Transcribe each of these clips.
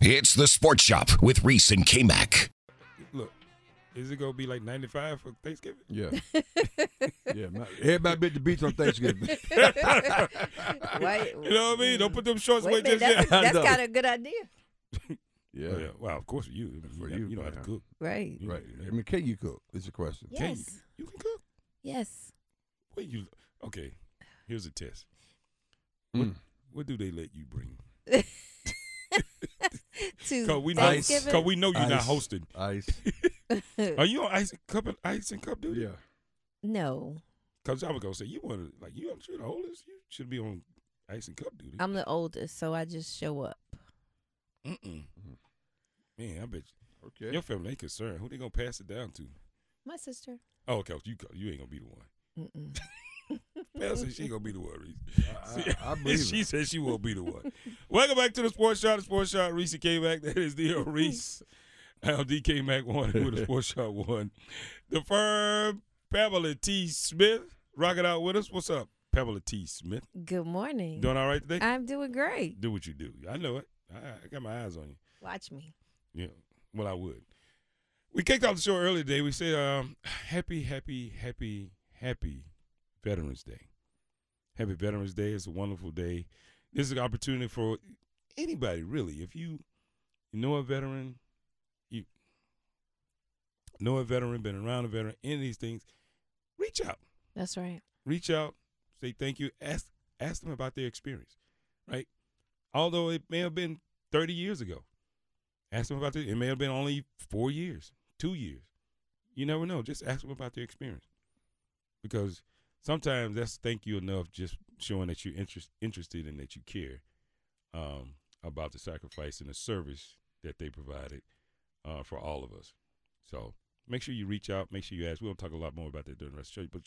It's the Sports Shop with Reese and K Mac. Look, is it gonna be like 95 for Thanksgiving? Yeah. yeah. my- everybody been at the beach on Thanksgiving. You know what I mean? Don't put them shorts away Wait a just minute, that's, yet. that's No. kind of a good idea, yeah. Oh, Yeah, Well, of course you. you For know- you, you know how to yeah. cook. right? You Right. know, I mean, can you cook? Is the question. Yeah. can you- Yes. you can cook. Yes. What you? Okay. Here's a test. Mm. What do they let you bring? To Cause we know. Ice. Thanksgiving. Cause we know you're not Ice. hosting. Ice. Are you on ice and cup and ice and cup duty? yeah. no, Cause I was gonna say you want to like you. I'm sure the oldest. You should be on ice and cup duty. I'm the oldest, so I just show up. Mm-mm. Mm-hmm. Man, I bet Okay. your family ain't concerned. Who they gonna pass it down to? My sister. Oh, okay. You you ain't gonna be the one. Mm-mm. Mel Mm-hmm. said she gonna be the one, Reese. I- I believe she it. said she will be the one. Welcome back to the Sports Shot. The Sports Shot, Reese came back. That is the Reese. Um, I'm DK Mac one with the Sports Shot one. The firm, Pamela T. Smith, rocking out with us. What's up, Pamela T. Smith? Good morning. Doing all right today? I'm doing great. do what you do. I know it. I, I got my eyes on you. Watch me. Yeah. Well, I would. We kicked off the show earlier today. We said, um, happy, happy, happy, happy Veterans Day. Happy Veterans Day. It's a wonderful day. This is an opportunity for anybody, really. If you know a veteran, you know a veteran, been around a veteran, any of these things, reach out That's right. reach out, say thank you, ask ask them about their experience, right? Although it may have been 30 years ago, ask them about it. It may have been only four years, two years. You never know. Just ask them about their experience, because sometimes that's thank you enough, just showing that you're interest, interested and that you care um, about the sacrifice and the service that they provided uh, for all of us. So make sure you reach out. Make sure you ask. We'll talk a lot more about that during the rest of the show, but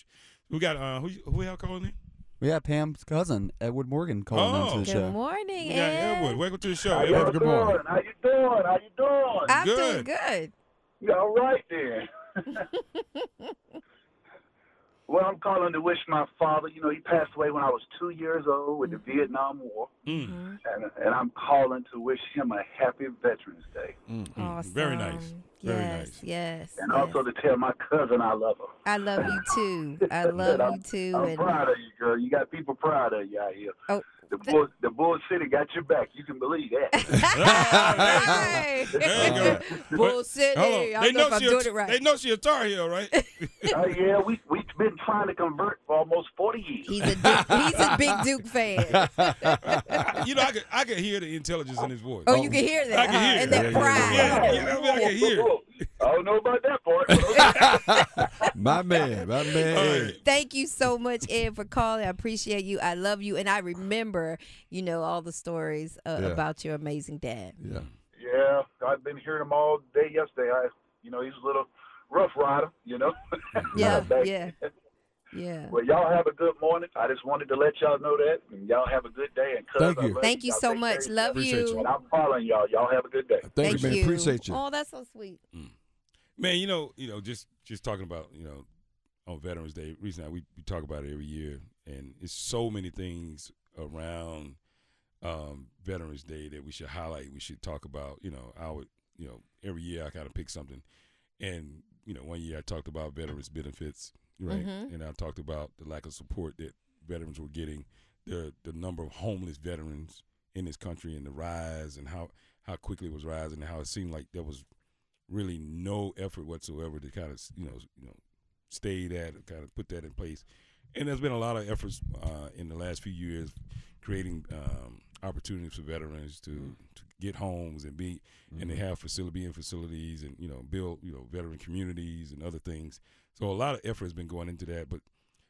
we got uh who who y'all calling in? We got Pam's cousin, Edward Morgan, calling Oh. into the Good show. morning, We got Ed. Edward. Welcome to the show. How Hey, y'all Edward. Edward, good morning. doing? How you doing? How you doing? I'm doing Good. good. You all right there? well, I'm calling to wish my father. You know, he passed away when I was two years old with the Mm-hmm. Vietnam War, Mm-hmm. Mm, and, and I'm calling to wish him a happy Veterans Day, Mm-hmm. Mm. mm. Awesome. Very nice. Very yes, nice. Yes. and also yes. to tell my cousin I love her. I love you too. I love I'm- you too. I'm and proud of you, girl. You got people proud of you out here. Oh, The Bull, the Bull City got your back. You can believe that. Hey. There you go. Bull City. Hold on. I They don't know know, if I'm she a, doing it right. they know she a Tar Heel, right? oh yeah, we we've been trying to convert for almost 40 years. He's a Duke, he's a big Duke fan. you know, I could I could hear the intelligence in his voice. Oh, you can hear that, I can huh? hear and it. that pride. Yeah, yeah, I, mean, I can hear. it. I don't know about that part. But okay. my man. My man. All Ed. right. Thank you so much, Ed, for calling. I appreciate you. I love you, and I remember, you know, all the stories uh, Yeah. about your amazing dad. Yeah. Yeah, I've been hearing him all day yesterday. I, you know, he's a little rough rider, you know. Yeah, Thank yeah, yeah. Well, y'all have a good morning. I just wanted to let y'all know that, and y'all have a good day. And cuz, Thank I you. love Thank you Y'all so take much. care. Love Appreciate you. And I'm following y'all. Y'all have a good day. Thank, you, man. Appreciate you. Oh, that's so sweet. Man, you know, you know, just just talking about you know, on Veterans Day. Reason I, we we talk about it every year, and it's so many things around um, Veterans Day that we should highlight. We should talk about. You know, I would, you know, every year I kind of pick something, and you know, one year I talked about veterans benefits, right? Mhm. And I talked about the lack of support that veterans were getting, the the number of homeless veterans in this country, and the rise, and how how quickly it was rising, and how it seemed like there was really no effort whatsoever to kind of you know you know stay that or kind of put that in place. And there's been a lot of efforts uh, in the last few years creating um, opportunities for veterans to, to get homes and be and they have facility be in facilities and you know build you know veteran communities and other things. So a lot of effort has been going into that. But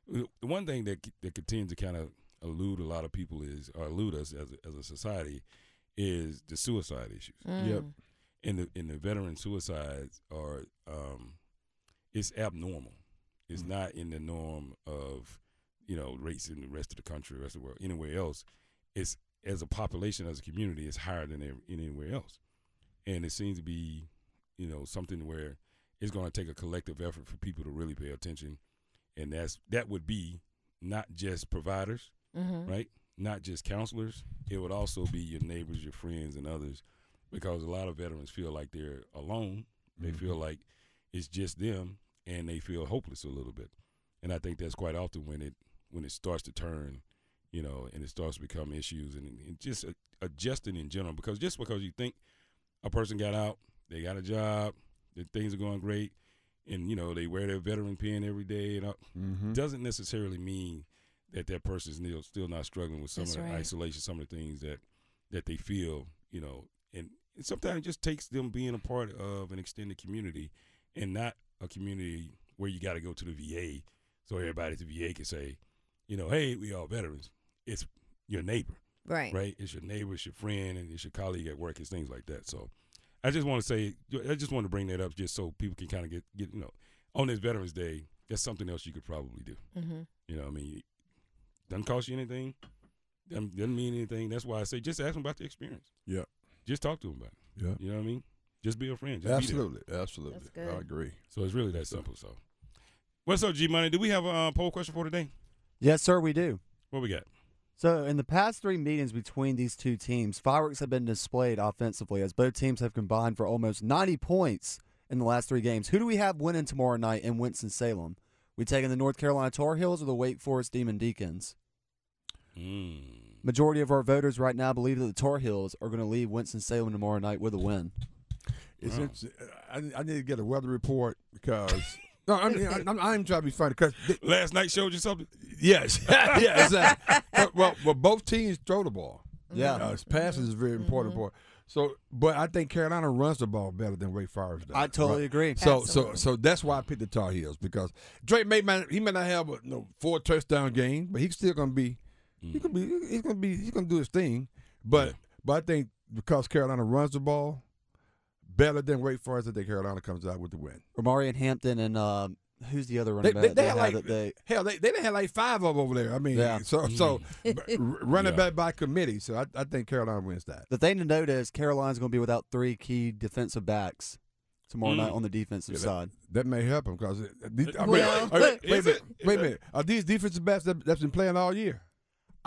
the one thing that that continues to kind of elude a lot of people is or elude us as a, as a society is the suicide issues Yep. Mm. in the in the veteran suicides are um, it's abnormal. It's not in the norm of you know rates in the rest of the country, rest of the world, anywhere else. It's as a population, as a community, it's higher than ev- in anywhere else, and it seems to be you know something where it's going to take a collective effort for people to really pay attention, and that's that would be not just providers, Mhm. right? Not just counselors. It would also be your neighbors, your friends, and others because a lot of veterans feel like they're alone. They feel like it's just them, and they feel hopeless a little bit. And I think that's quite often when it when it starts to turn, you know, and it starts to become issues, and, and just a- adjusting in general. Because just because you think a person got out, they got a job, that things are going great, and you know they wear their veteran pin every day, and all, Mm-hmm. Mm-hmm. doesn't necessarily mean that that person is still- still not struggling with some That's of the right. isolation, some of the things that that they feel, you know, and, and sometimes it just takes them being a part of an extended community and not a community where you got to go to the VA so everybody at the VA can say, you know, hey, we all veterans. It's your neighbor Right. right? It's your neighbor, it's your friend, and it's your colleague at work, it's things like that. So, I just want to say, I just want to bring that up just so people can kind of get, get you know, on this Veterans Day, that's something else you could probably do. Mm-hmm. You know, what I mean, it doesn't cost you anything, doesn't, doesn't mean anything. That's why I say just ask them about the experience. Yeah. Just talk to them about it. Yeah. You know what I mean? Just be a friend. Just be there. Absolutely, absolutely. That's good. I agree. So it's really that simple. So, what's up, G Money? Do we have a uh, poll question for today? Yes, sir, we do. What we got? So, in the past three meetings between these two teams, fireworks have been displayed offensively as both teams have combined for almost 90 points in the last three games. Who do we have winning tomorrow night in Winston-Salem? We taking the North Carolina Tar Heels or the Wake Forest Demon Deacons? Hmm. Mm. Majority of our voters right now believe that the Tar Heels are going to leave Winston-Salem tomorrow night with a win. It's Wow. interesting. I, I need to get a weather report because no, I'm, I'm, I'm, I'm trying to be funny because Last night showed you something. yes, yes. uh, well, well, both teams throw the ball. Yeah. Uh, passing is a very important part. So, but I think Carolina runs the ball better than Wake Forest does. I totally Right. agree. So, Absolutely. so, so that's why I picked the Tar Heels because Drake may man, he may not have a you know, four touchdown game, but he's still gonna be, Mm. he gonna be, he's gonna be, he's gonna do his thing. But, Yeah. but I think because Carolina runs the ball better than Wake Forest, I think Carolina comes out with the win. Romari and Hampton and uh, who's the other They, running they, back? they, had had like that they, hell, they, they done had like five of them over there. I mean, Yeah. Mm-hmm. so so but r- running Yeah. back by committee. So I, I think Carolina wins that. the thing to note is Carolina's going to be without three key defensive backs tomorrow Mm. night on the defensive Yeah, that- side. That may help them because I mean, Well- uh, wait, a Is minute, it? wait a minute. Are these defensive backs that, that's been playing all year?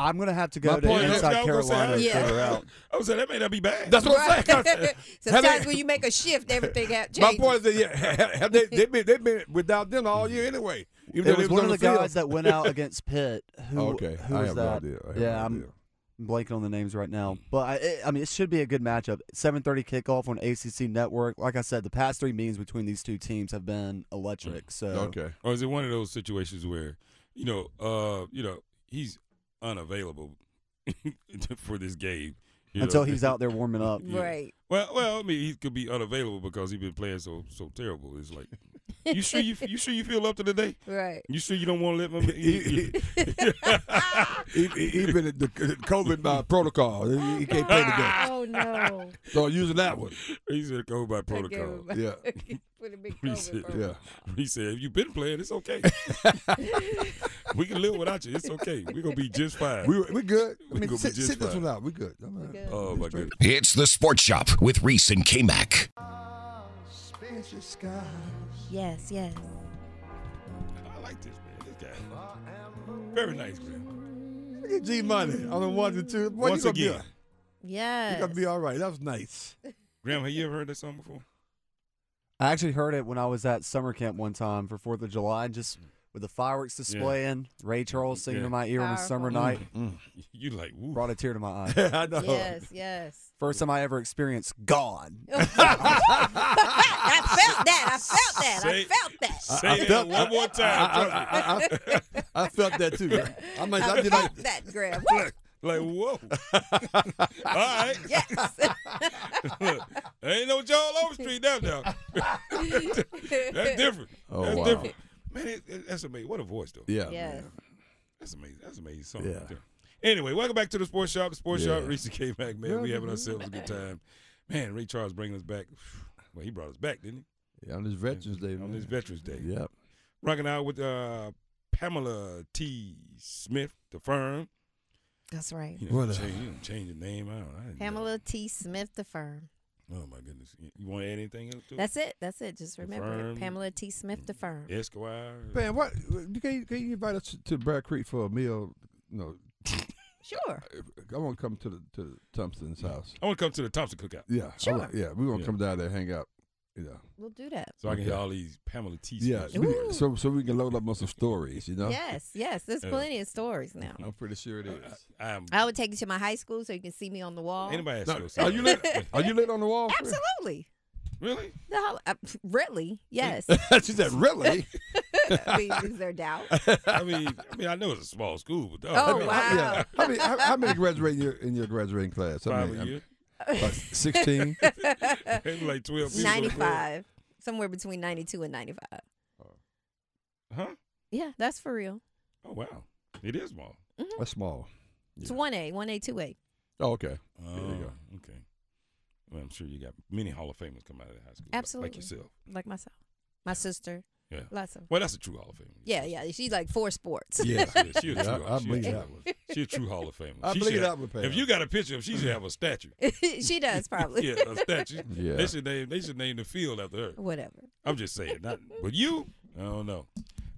I'm gonna have to go My to point is- Inside I was gonna Carolina to say, Yeah. figure out. I was saying that may not be bad. That's what I'm saying. Right. Sometimes when you make a shift, everything ha- changes. My point is that yeah, have they they been they've been without them all year anyway. Even though It they was one of on the field. Oh, guys that went out against Pitt. Who, okay, who I was have no that? idea. I have yeah, no I'm uh, idea. blanking on the names right now. But I, it, I mean, it should be a good matchup. 7:30 kickoff on ACC Network. Like I said, the past three meetings between these two teams have been electric. So Mm. okay. Or is it one of those situations where, you know, uh, you know, he's unavailable for this game you know? until he's out there warming up. Yeah. Right. Well, well, I mean, he could be unavailable because he's been playing so so terrible. It's like, you sure you you sure you feel up to the day? Right. You sure you don't want to let my E- e- e- Even the the COVID uh, protocol, he he can't play today. Oh no. So using that one, he said go by I gave protocol. him- yeah. Put a big He COVID said- protocol. He said if you've been playing, it's okay. we can live without you. It's okay. We're gonna be just fine. We we good. I We mean, gonna be sit, just sit this fine. one out. We good. I'm all right. good. oh my goodness. It's the Sports Shop with Reese and K Mac. Yes. Yes. I like this man. This guy, very nice man. Look at G Money on the one and two. Boy, Once you gonna again, be, you Yes. gonna be all right. That was nice. Graham, have you ever heard that song before? I actually heard it when I was at summer camp one time for Fourth of July, and just with the fireworks displaying, Ray Charles singing Yeah. in my ear on a Powerful. summer night, You like woo. brought a tear to my eye. I know. Yes. Yes. First time I ever experienced God. I felt that. I felt that. Say- I felt that. Say that one more I, time. I, I, I, I felt that too. I might I I did like felt that, Graham. like, like, whoa. All right. Yes. Ain't no Joel Overstreet down there. that's different. Oh, that's wow. different. Man, it, it- that's amazing. What a voice, though. Yeah. Yes. man. That's amazing. That's amazing. Something Yeah. right there. Anyway, welcome back to the Sports Shop. The Sports Yeah. Shop, Reese K. Mac, man. We having ourselves a good time. Man, Ray Charles bringing us back. Well, he brought us back, didn't Yeah, on this Veterans Day. he? On man. this Veterans Day. Yeah. Rocking out with uh, Pamela T. Smith, the firm. That's right. You What a- change, you know, change the name. I don't, I didn't know. Pamela T. Smith, the firm. Oh my goodness! You- You want to add anything else to it? That's it. That's it. Just The remember firm. it. Pamela T. Smith, the firm. Esquire. Man, what? Can you, can you invite us to Brad Creek for a meal? No. Sure. I want to come to the to the Thompson's house. I want to come to the Thompson cookout Yeah, Sure. all right, yeah, we want to Yeah. come down there, hang out. Yeah, We'll do that. so I can hear Okay. all these Pamela T. yeah. speeches. we- Ooh. so so we can load up on some stories, you know. Yes, yes. There's Yeah. plenty of stories now. I'm pretty sure it Uh, I, am. I would take you to my high school so you can see me on the wall. Anybody Now, else? are you lit? Are you lit on the wall? Fred? Absolutely. really? The hol- uh, pff, really? Yes. she said, "Really? I mean, is there doubt? I mean, I mean, I know it's a small school, but dog, Oh, man, wow. Yeah. How many, how, how many graduate in your, in your graduating class? How five many? a year, Sixteen. Maybe like twelve. people. 95. Somewhere between 92 and 95. Huh? Yeah, that's for real. Oh wow, it is small. That's small. It's Yeah. 1A, 1A, 2A. Oh, okay. Oh, you go. okay. Well, I'm sure you got many Hall of Famers come out of the high school, like- Absolutely. like yourself. Like myself. My sister. Yeah. Lots of. Well, that's a true Hall of Famer. Yeah, yeah. She's like four sports. Yeah. She is. She a Yeah, true- I, I she a believe true- that one. She's a true Hall of Famer. I She believe should- that would pay. If you got a picture of, her, she should have a statue. she does probably. yeah, a statue. Yeah. They should name. They should name the field after her. Whatever. I'm just saying. Not, but you, I don't know.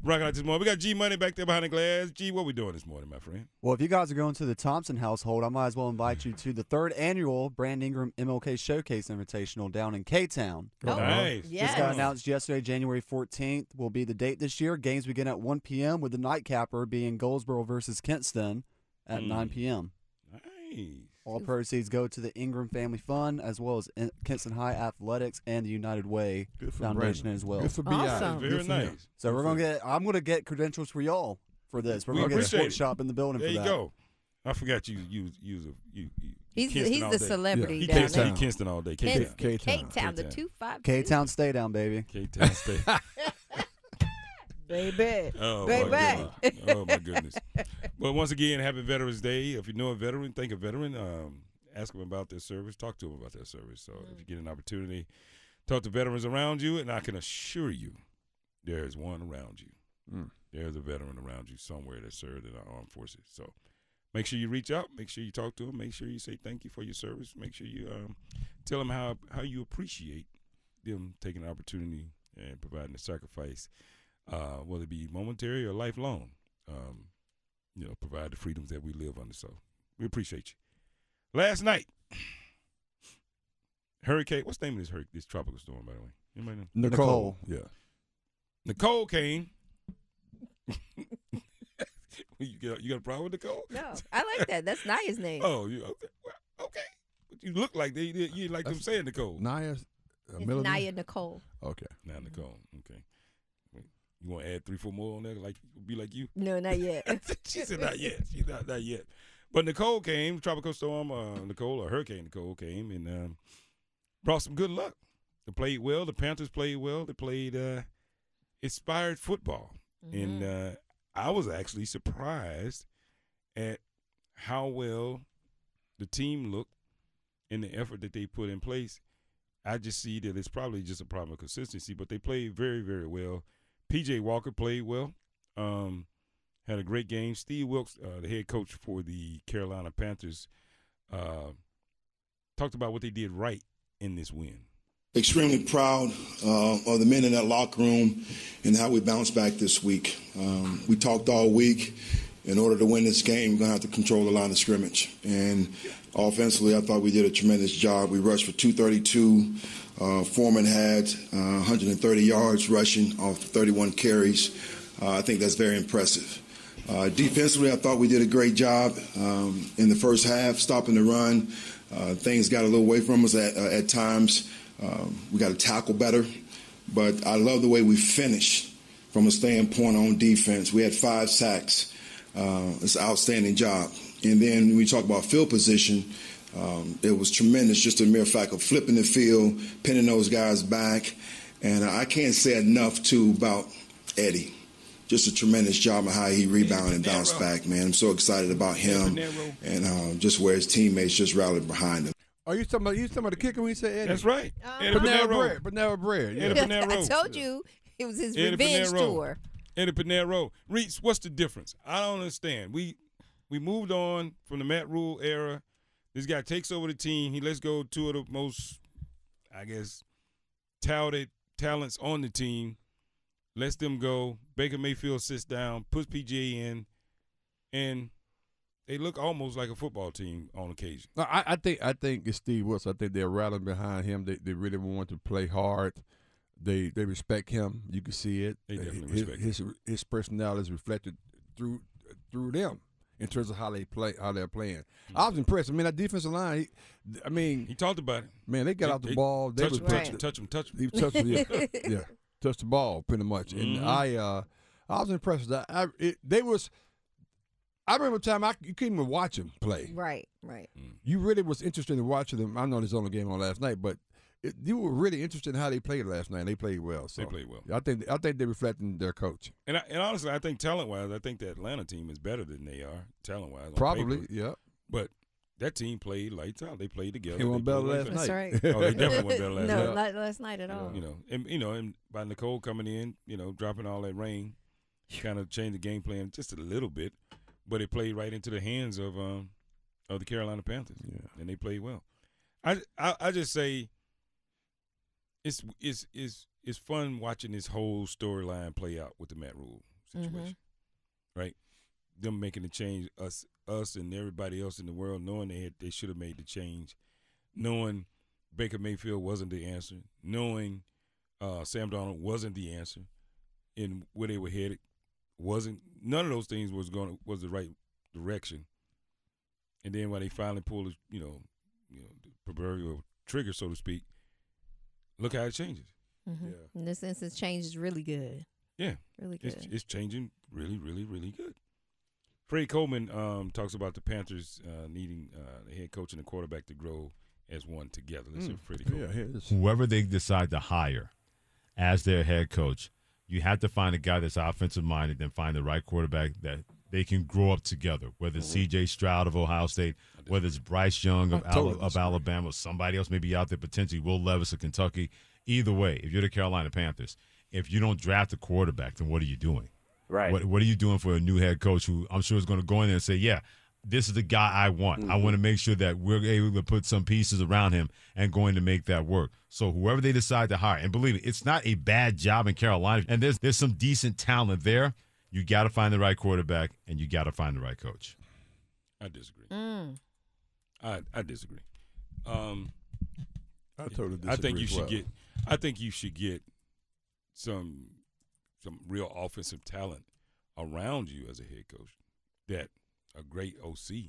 Rocking out this morning. We got G Money back there behind the glass. G, what we doing this morning, my friend? Well, if you guys are going to the Thompson household, I might as well invite you to the third annual Brand Ingram MLK Showcase Invitational down in K Town. Oh, nice. yes. Just got announced yesterday, January 14th will be the date this year. Games begin at 1 p.m. with the nightcapper being Goldsboro versus Kinston at Mm. 9 p.m. Nice. All proceeds go to the Ingram Family Fund as well as in- Kinston High Athletics and the United Way Good for Foundation Brandon. as well. Good for B.I. Awesome. Very Good for him. nice. So we're gonna get. I'm gonna get credentials for y'all for this. We're We gonna get a appreciate sports it. shop in the building There for you that. go. I forgot you. You. You. You. you, you He's, Kinston he's all the day. celebrity He Yeah. down Kinston, there. he Kinston all day. K Kinston. Town. K-Town. K-Town, the K-Town. 252. K Town Stay Down, baby. K Town State. Baby. Oh, Baby. My goodness. oh my goodness. But once again, happy Veterans Day. If you know a veteran, thank a veteran. Um, ask them about their service. Talk to them about their service. So if you get an opportunity, talk to veterans around you, and I can assure you, there is one around you. Mm. There's a veteran around you somewhere that served in our armed forces. So make sure you reach out. Make sure you talk to them. Make sure you say thank you for your service. Make sure you um, tell them how how you appreciate them taking the opportunity and providing the sacrifice, uh, whether it be momentary or lifelong. Um, you know, provide the freedoms that we live under. So we appreciate you. Last night, hurricane. What's the name of this hurricane? This tropical storm, by the way. Anybody know? Nicole. Nicole came. you got you got a problem with Nicole? No, I like that. That's Naya's name. Oh, you okay? Well, okay. But you look like they you you like them That's- saying Nicole. Yeah. Naya. Uh, it's Miller- Naya Nicole. Okay. Now Nicole. Okay. Wait, You want to add three, four more on there? Like be like you? No, not yet. she said not yet. She's not not yet. But Nicole came, tropical storm uh, Nicole or Hurricane Nicole came and um, brought some good luck. They played well. The Panthers played well. They played uh, inspired football. And uh, I was actually surprised at how well the team looked and the effort that they put in place. I just see that it's probably just a problem of consistency, but they played very, very well. PJ Walker played well, um, had a great game. Steve Wilkes, uh, the head coach for the Carolina Panthers, uh, talked about what they did right in this win. extremely proud uh, of the men in that locker room and how we bounced back this week. Um, we talked all week. In order to win this game, we're going to have to control the line of scrimmage. And offensively, I thought we did a tremendous job. We rushed for 232. Uh, Foreman had uh, 130 yards rushing off 31 carries. Uh, I think that's very impressive. Uh, defensively, I thought we did a great job um, in the first half, stopping the run. Uh, things got a little away from us at, uh, at times. Um, we got to tackle better, but I love the way we finished from a standpoint on defense. We had five sacks. Uh, it's an outstanding job. And then when we talk about field position, um, it was tremendous. Just the mere fact of flipping the field, pinning those guys back, and I can't say enough too about Eddie. Just a tremendous job of how he rebounded and bounced back, man. I'm so excited about him and um, just where his teammates just rallied behind him. Are you talking about you talking about the kicker when you say Eddie? That's right. Um, Eddie Panera Pinero. bread. Panera bread. Yeah. Eddie I Pinero. told you it was his Eddie revenge Pinero. tour. Eddie Pinero. Reese, what's the difference? I don't understand. We we moved on from the Matt Rule era. This guy takes over the team. He lets go two of the most, I guess, touted talents on the team. Lets them go. Baker Mayfield sits down, puts PJ in, and they look almost like a football team on occasion. No, I, I think I think it's Steve Wilson. I think they're rallying behind him. They they really want to play hard. They they respect him. You can see it. They definitely his, respect his his personality is reflected through through them in terms of how they play how they're playing. I was impressed. I mean, that defensive line. He, I mean, Mm-hmm. He talked about it. man, they got They- out the they ball. They touch, was him, touch Right. him, touch him, touch him. He touched yeah, yeah, touched the ball pretty much. Mhm. And I uh I was impressed. With that. I it, they was. I remember a time I you couldn't even watch him play Right, right. you really was interested in watching them. I know this only game on last night, but it, you were really interested in how they played last night. and They played well. So They played well. I think I think they're reflecting their coach. And, I, and honestly, I think talent wise, I think the Atlanta team is better than they are talent wise. Probably, yeah. but that team played lights out. They played together. They won better played like last night. That's right. that. Oh, they definitely won better last no, night. not last night at all. You know, and you know, and by Nicole coming in, you know, dropping all that rain, kind of changed the game plan just a little bit, but it played right into the hands of um of the Carolina Panthers, Yeah. and they played well. I I, I just say it's it's it's it's fun watching this whole storyline play out with the Matt Rule situation, right? Them making the change, us us and everybody else in the world knowing they had, they should have made the change, knowing Baker Mayfield wasn't the answer, knowing uh, Sam Donald wasn't the answer, and where they were headed wasn't none of those things was going to was the right direction. And then when they finally pulled, the, you know, you know, the proverbial trigger, so to speak, look how it changes. Mhm. In this instance, change is really good. Yeah, Really good. it's, it's changing really, really, really good. Freddie Coleman um, talks about the Panthers uh, needing uh, the head coach and the quarterback to grow as one together. Let's hear Freddie Coleman. Yeah, it is. whoever they decide to hire as their head coach, you have to find a guy that's offensive minded, then find the right quarterback that they can grow up together. Whether it's C.J. Stroud of Ohio State, whether it's Bryce Young of, I totally Ala- of disagree. Alabama, or somebody else maybe out there potentially Will Levis of Kentucky. Either way, if you're the Carolina Panthers, if you don't draft a quarterback, then what are you doing? Right. What, what are you doing for a new head coach who I'm sure is going to go in there and say, yeah, this is the guy I want. I want to make sure that we're able to put some pieces around him and going to make that work. So whoever they decide to hire, and believe me, it's not a bad job in Carolina, and there's there's some decent talent there. You got to find the right quarterback, and you got to find the right coach. I disagree. Mm. I I disagree. Um, I totally. I think disagree you as should well. get. I think you should get some some real offensive talent around you as a head coach. That a great OC. Yeah.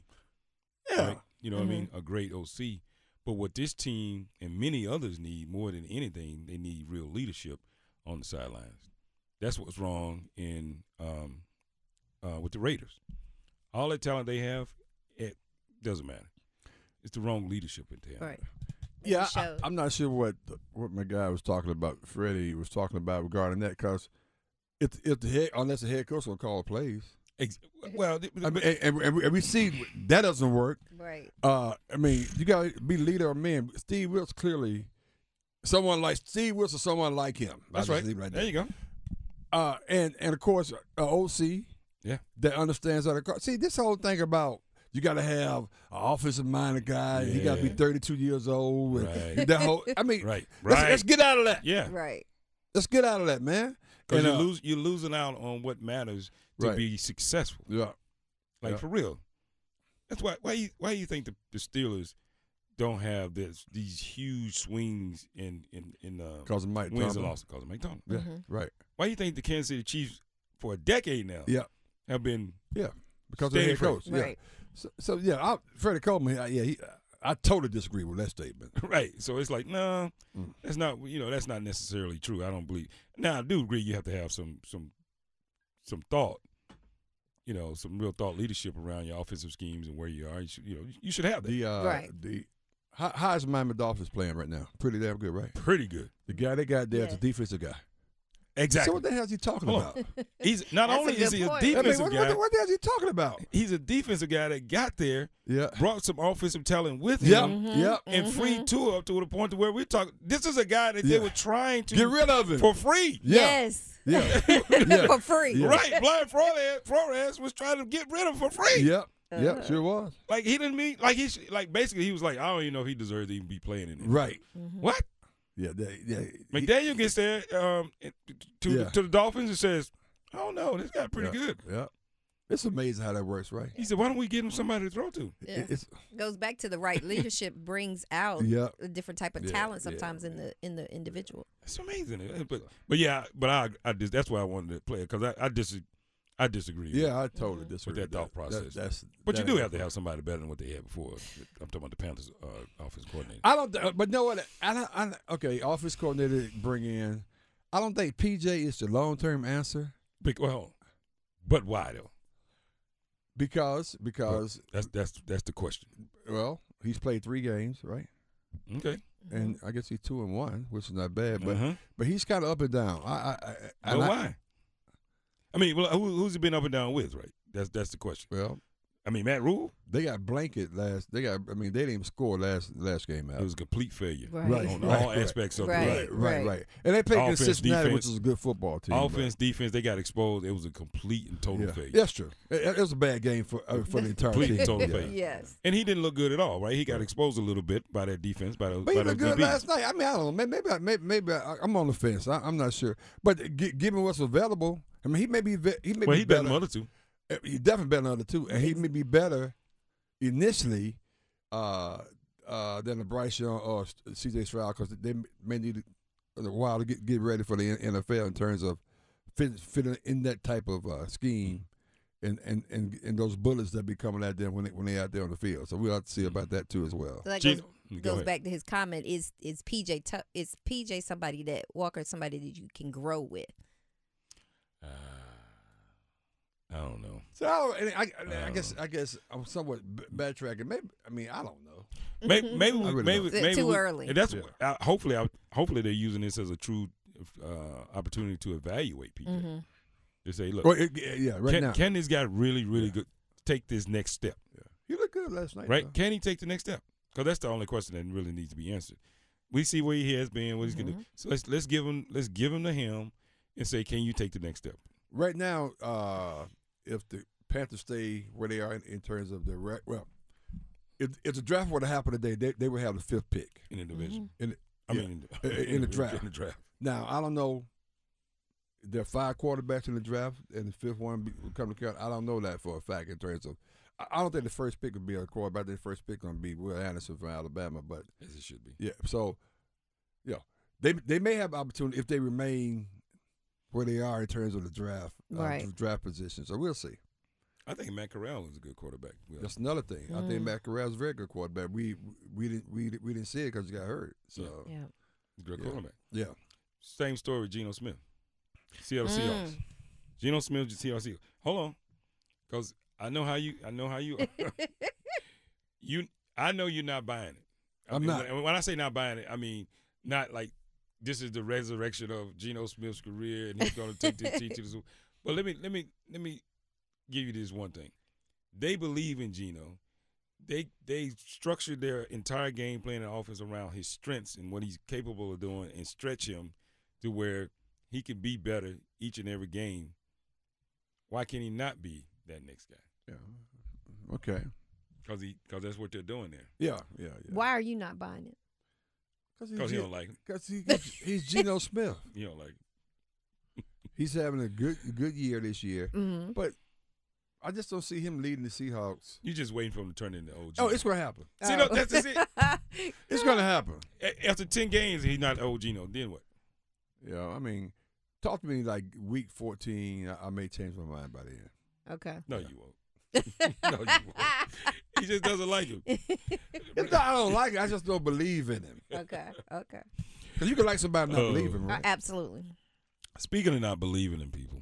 Mm-hmm. right? You know what I mean? A great OC. But what this team and many others need more than anything, they need real leadership on the sidelines. That's what's wrong in um, uh, with the Raiders. All that talent they have, it doesn't matter. It's the wrong leadership in town. right. Yeah, It I, showed. am not sure what what my guy was talking about. Freddie was talking about regarding that because if if the head unless the head coach will call plays, Ex- well, th- I mean, and, and- and we- and we see that doesn't work. Right. Uh, I mean, you gotta be leader of men. Steve Wills clearly someone like Steve Wilson, someone like him. that's I'll right. just leave it there you go. Uh, and and of course, uh, OC Yeah. that understands how to co- see this whole thing about. You got to have an offensive minded guy. He got to be Yeah. 32 32 years old. and Right. That whole, I mean, Right. Let's, Right. let's get out of that. Yeah. Right. Let's get out of that, man. Because And, you uh, lose, you're losing out on what matters to Right. be successful. Yeah. Like Yeah. for real. That's why why you why you think the, the Steelers don't have this these huge swings in in in uh, Because of Mike wins Tomlin. and losses because of Mike Tomlin. Yeah. Right. Why you think the Kansas City Chiefs for a decade now Yeah. have been Yeah. Because Stay of the free. head coach. Yeah. Right. So, so yeah, I, Freddie Coleman, I, yeah, he, I totally disagree with that statement. right? So it's like nah, Mm. that's not you know that's not necessarily true. I don't believe. Now I do agree you have to have some some some thought. You know, some real thought leadership around your offensive schemes and where you are. You should, you know, you should have that. The uh, Right. the how, how is Miami Dolphins playing right now? Pretty damn good, right? Pretty good. The guy they got there is Yeah. a defensive guy. So Exactly. what the hell is he talking Hold about? on. He's not That's a only is good he a point. I mean, defensive what, guy, what, what the hell is he talking about? he's a defensive guy that got there, Yeah. brought some offensive talent with Yep. him, Mm-hmm. Yep. and free two up to the point to where we're talking. This is a guy that Yeah. they were trying to Get rid of him. for free. yeah. Yes. Yeah. For free. Yeah. Right, Blind Flores, Flores was trying to get rid of him for free. Yep. Uh-huh. Yep. Sure was. Like he didn't mean like he sh- like basically he was like I don't even know if he deserved to even be playing in it. Right. What? Yeah. They, yeah. he- McDaniel gets there um, to Yeah. to the Dolphins and says, "I don't know, this guy pretty yeah, good." Yeah. It's amazing how that works, right? He said, "Why don't we get him somebody to throw to?" It- Yeah. It's Goes back to the right leadership brings out Yeah. a different type of Yeah, talent yeah, sometimes in the in the individual. It's amazing. Uh, But but yeah, but I I just, that's why I wanted to play it because I I, dis, I disagree. with- yeah, I totally Mm-hmm. disagree that thought That- process. that's but you that do ain't- have to have somebody better than what they had before. I'm talking about the Panthers uh, offense coordinator. I don't. th- But know what? I don't. I, don't- okay, office coordinator bring in. I don't think PJ is the long term answer Bec- well, but why though? because because That's that's that's the question. well he's played three games right, Okay, and I guess he's two and one, which is not bad. But Mm-hmm. Uh-huh. but he's kind of up and down. I I, I, but and I- why? I mean, well, who, who's he been up and down with? Right. That's that's the question. Well, I mean, Matt Rule, they got blanket last. They got. I mean, they didn't even score last last game out. it was a complete failure Right. on Right, all right. aspects of Right. the Right, right, Right. right. And they played Offense, against Cincinnati, defense. which is a good football team. but- offense, defense. They got exposed. It was a complete and total yeah. failure. That's true. It, it was a bad game for uh, for the entire Complete team. and total Yeah. failure. Yes. And he didn't look good at all, right? He got exposed a little bit by that defense, by those. by But he looked those good DBs. last night. I mean, I don't know. May- Maybe, I- maybe, maybe I, I'm on the fence. I, I'm not sure. But g- given what's available, I mean, he may be ve- he may Well, be he better better. than other two. Uh, He definitely better than other two, and he may be better initially uh, uh, than a Bryce Young or S- C.J. Stroud because they m- may need a while to get, get ready for the N- NFL in terms of fit, fitting in that type of uh, scheme. And, and, and and those bullets that be coming at them when they when they out there on the field, so we'll have to see about that too as well. So that Gee- goes, Go goes ahead. back to his comment: is is PJ tou- is PJ somebody that Walker somebody that you can grow with? Uh, I don't know. So I, don't- and I, I, I Uh, guess I guess I'm somewhat b- backtracking. Maybe I mean I don't know. Maybe maybe we- I really maybe, don't. Is it maybe too we- early? And that's Yeah. uh, hopefully I, hopefully they're using this as a true uh, opportunity to evaluate people. Mm-hmm. To say, look, Well, it- yeah, yeah, right can, now can this guy really really good take this next step? you look good last night, Right? though. Can he take the next step? Because that's the only question that really needs to be answered. We see where he has been, what he's gonna do. So let's let's give him let's give him to him and say, can you take the next step? Right now, uh, if the Panthers stay where they are in, in terms of the rec- well, if if the draft were to happen today, they, they would have the fifth pick. in the division. In- I yeah, mean, in i- the, in the draft. In the draft. Now I don't know. There are five quarterbacks in the draft, and the fifth one be- will come to count. I don't know that for a fact in terms of. I I don't think the first pick would be a quarterback. I think the first pick going to be Will Anderson from Alabama, but As it should be. Yeah. So, yeah, they they may have opportunity if they remain where they are in terms of the draft, uh, Right. the draft position. So we'll see. I think Matt Corral is a good quarterback. Will. That's another thing. I think Mm. Matt Corral's a very good quarterback. We we didn't we, didn't- we didn't see it because he got hurt. So Yeah. He's a good yeah. quarterback. yeah, Same story with Geno Smith. Seattle Seahawks. Mm. Geno Smith, Seattle Seahawks. Hold on, because I know how you. I know how you. you. I know you're not buying it. I I'm mean, not. When, when I say not buying it, I mean not like this is the resurrection of Geno Smith's career and he's going to take this team to the Super. But let me let me let me give you this one thing. They believe in Geno. They they structured their entire game plan and offense around his strengths and what he's capable of doing and stretch him to where he can be better each and every game. Why can he not be that next guy? yeah. Okay. Because he because that's what they're doing there. Yeah, yeah, yeah. Why are you not buying it? Because he don't like him. Because he, he's Geno Smith. You know, like He's having a good good year this year, Mm-hmm. but I just don't see him leading the Seahawks. you just waiting for him to turn into old. Oh, Geno. it's gonna happen. See, no, that's- that's it. It's gonna happen. A- after ten games he's not old Geno. Then what? Yeah, I mean, talk to me like week 14. I, I may change my mind by then. okay. No, you won't. no, you won't. He just doesn't like him. It's not I don't like it. I just don't believe in him. Okay. Okay. Because you can like somebody and not Oh. believe him, Uh, right? absolutely. Speaking of not believing in people,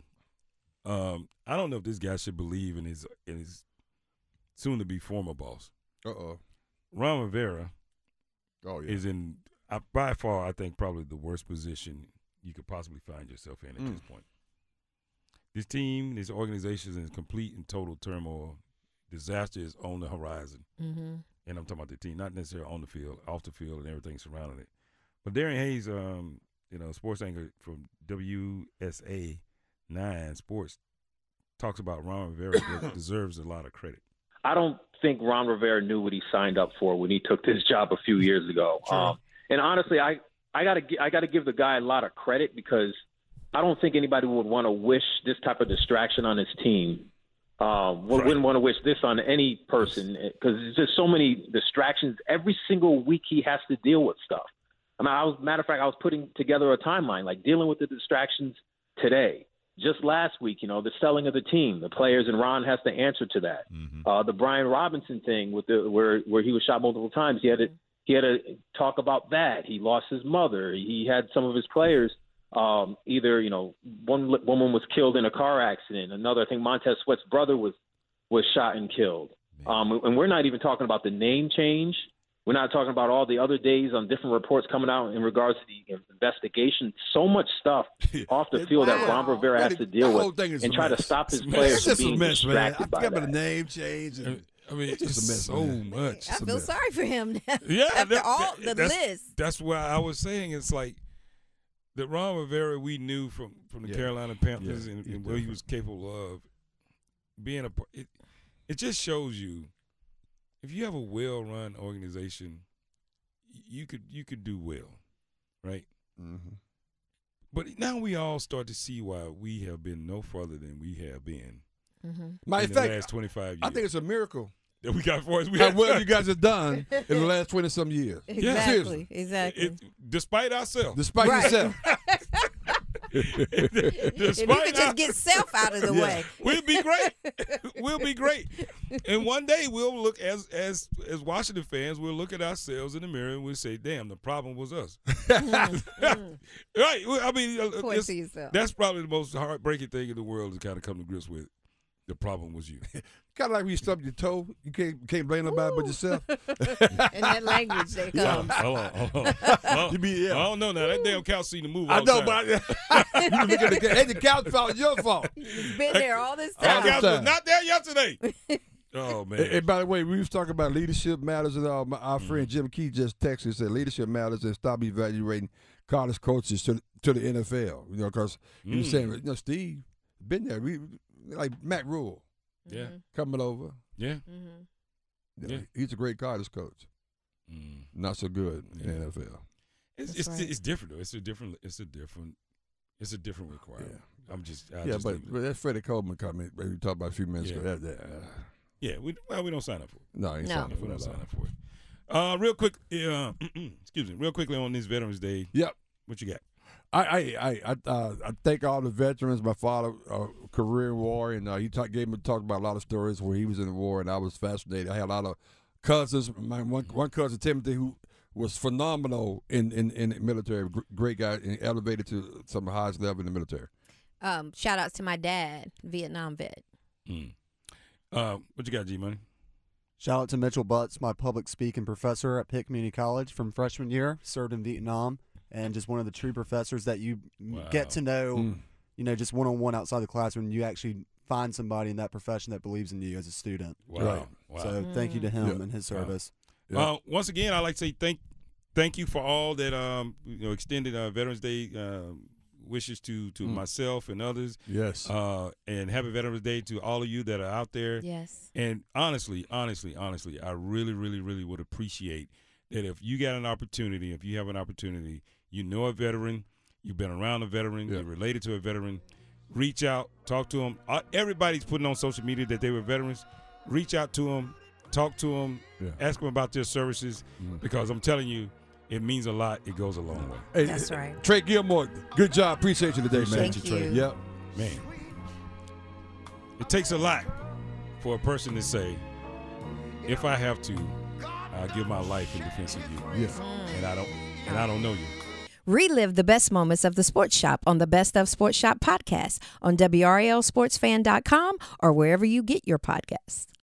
um, I don't know if this guy should believe in his in his soon to be former boss. Uh oh. Ron Rivera Oh, yeah. is in uh, by far I think probably the worst position you could possibly find yourself in at Mm. this point. This team, this organization is in complete and total turmoil. Disaster is on the horizon. Mm-hmm. and I'm talking about the team, not necessarily on the field, off the field, and everything surrounding it. But Darren Hayes, um, you know, sports anchor from WSA Nine Sports, talks about Ron Rivera that deserves a lot of credit. I don't think Ron Rivera knew what he signed up for when he took this job a few years ago. True. Um, and honestly, I I gotta gi- I gotta give the guy a lot of credit because I don't think anybody would want to wish this type of distraction on his team. Um, wou- Right. Wouldn't want to wish this on any person because there's just so many distractions. Every single week he has to deal with stuff. I mean, I was matter of fact, I was putting together a timeline, like dealing with the distractions today. Just last week, you know, the selling of the team, the players, and Ron has to answer to that. Uh, the Brian Robinson thing with the where where he was shot multiple times. He had to he had to talk about that. He lost his mother. He had some of his players. Um, either you know, one li- woman was killed in a car accident. Another, I think Montez Sweat's brother was was shot and killed. Um, and we're not even talking about the name change. We're not talking about all the other days on different reports coming out in regards to the investigation. So much stuff off the field that Ron Wow. Rivera has That- to deal that whole thing with is and a try to mess. stop his It's a players It's from just a being mess, man. I distracted by forgot about the that. name change. And, I mean, it's, It's just a mess, so man. much. I a feel mess. sorry for him. now. Yeah, after that- all the that- that's- list. That's why I was saying it's like that Ron Rivera we knew from from the Yeah. Carolina Panthers Yeah, and, he's and what he different. was capable of being a. par- It, it just shows you if you have a well run organization, y- you could you could do well, right? Mm-hmm. But now we all start to see why we have been no further than we have been Mm-hmm. Matter in of the fact, last twenty five years. I think it's a miracle that we got for us. We how have- well you guys have done in the last twenty some years, Exactly. seriously. Exactly. it, despite ourselves. despite Right. yourself. if we could Despite our- just get self out of the Yeah. way. we'll be great. we'll be great. And one day we'll look as as as Washington fans, we'll look at ourselves in the mirror and we'll say, "Damn, the problem was us." Mm-hmm. right? Well, I mean, uh, Point it's- to yourself. that's probably the most heartbreaking thing in the world to kind of come to grips with. The problem was you. Kind of like when you stub your toe, you can't can't blame nobody but yourself. In that language that comes. hold on, hold on. Hold You on. be yeah. I don't know now. That damn cow seen the movie. I all the know, Oh, time. but I, you look at the couch. Hey, the couch foul your fault. It's been there all this That all the time. cow was time. not there yesterday. oh man. Mm-hmm. And, and by the way, we was talking about leadership matters and all. My, our friend Jim Key just texted and said leadership matters and stop evaluating college coaches to to the NFL. You know, because he Mm. was saying, you know, Steve been there. We like Matt Rule yeah, coming over. yeah. Mm-hmm. You know, Yeah. he's a great college coach. Mm. Not so good in Yeah. the NFL. It's That's it's, right. it's different though. It's a different. It's a different. It's a different requirement. I'm just. I yeah, just but, think- but that Freddie Coleman comment we talked about a few minutes Yeah. ago. That, that, uh, yeah, we well, we don't sign up for it. no, he No. signed Yeah, up we for don't that. sign up for it. Uh, real quick. Uh, excuse me. Real quickly on this Veterans Day. Yep. What you got? I I I I, uh, I thank all the veterans. My father, uh, career in war, and uh, he talk, gave me talked about a lot of stories where he was in the war, and I was fascinated. I had a lot of cousins. My one one cousin Timothy who was phenomenal in in, in the military, gr- great guy, and elevated to some of the highest level in the military. Um, shout outs to my dad, Vietnam vet. Mm. Uh, what you got, G Money? Shout out to Mitchell Butts, my public speaking professor at Pitt Community College from freshman year, served in Vietnam, and just one of the true professors that you Wow. Hmm. get to know, Mm. you know, just one on one outside the classroom. You actually find somebody in that profession that believes in you as a student. Wow. Right. Wow. So thank you to him Yeah. and his Wow. service. Yeah. Uh, once again, I'd like to say thank thank you for all that um you know extended uh, Veterans Day uh, wishes to Mm. to myself and others. Yes, Uh, and happy Veterans Day to all of you that are out there. Yes. And honestly, honestly, honestly, I really, really, really would appreciate that if you got an opportunity, if you have an opportunity, you know a veteran, you've been around a veteran, Yeah. you're related to a veteran, reach out, talk to them. Everybody's putting on social media that they were veterans. Reach out to them, talk to them, Yeah. Mm-hmm. ask them about their services, because I'm telling you, it means a lot. It goes a long way. Hey, That's uh, right. Trey Gilmore, good job. Appreciate you today, man. Appreciate Thank you, Trey. you. Yep. Man, it takes a lot for a person to say, if I have to, I'll give my life in defense of you. Yes. And I don't and I don't know you. Relive the best moments of the Sports Shop on the Best of Sports Shop podcast on WRLSportsFan.com or wherever you get your podcasts.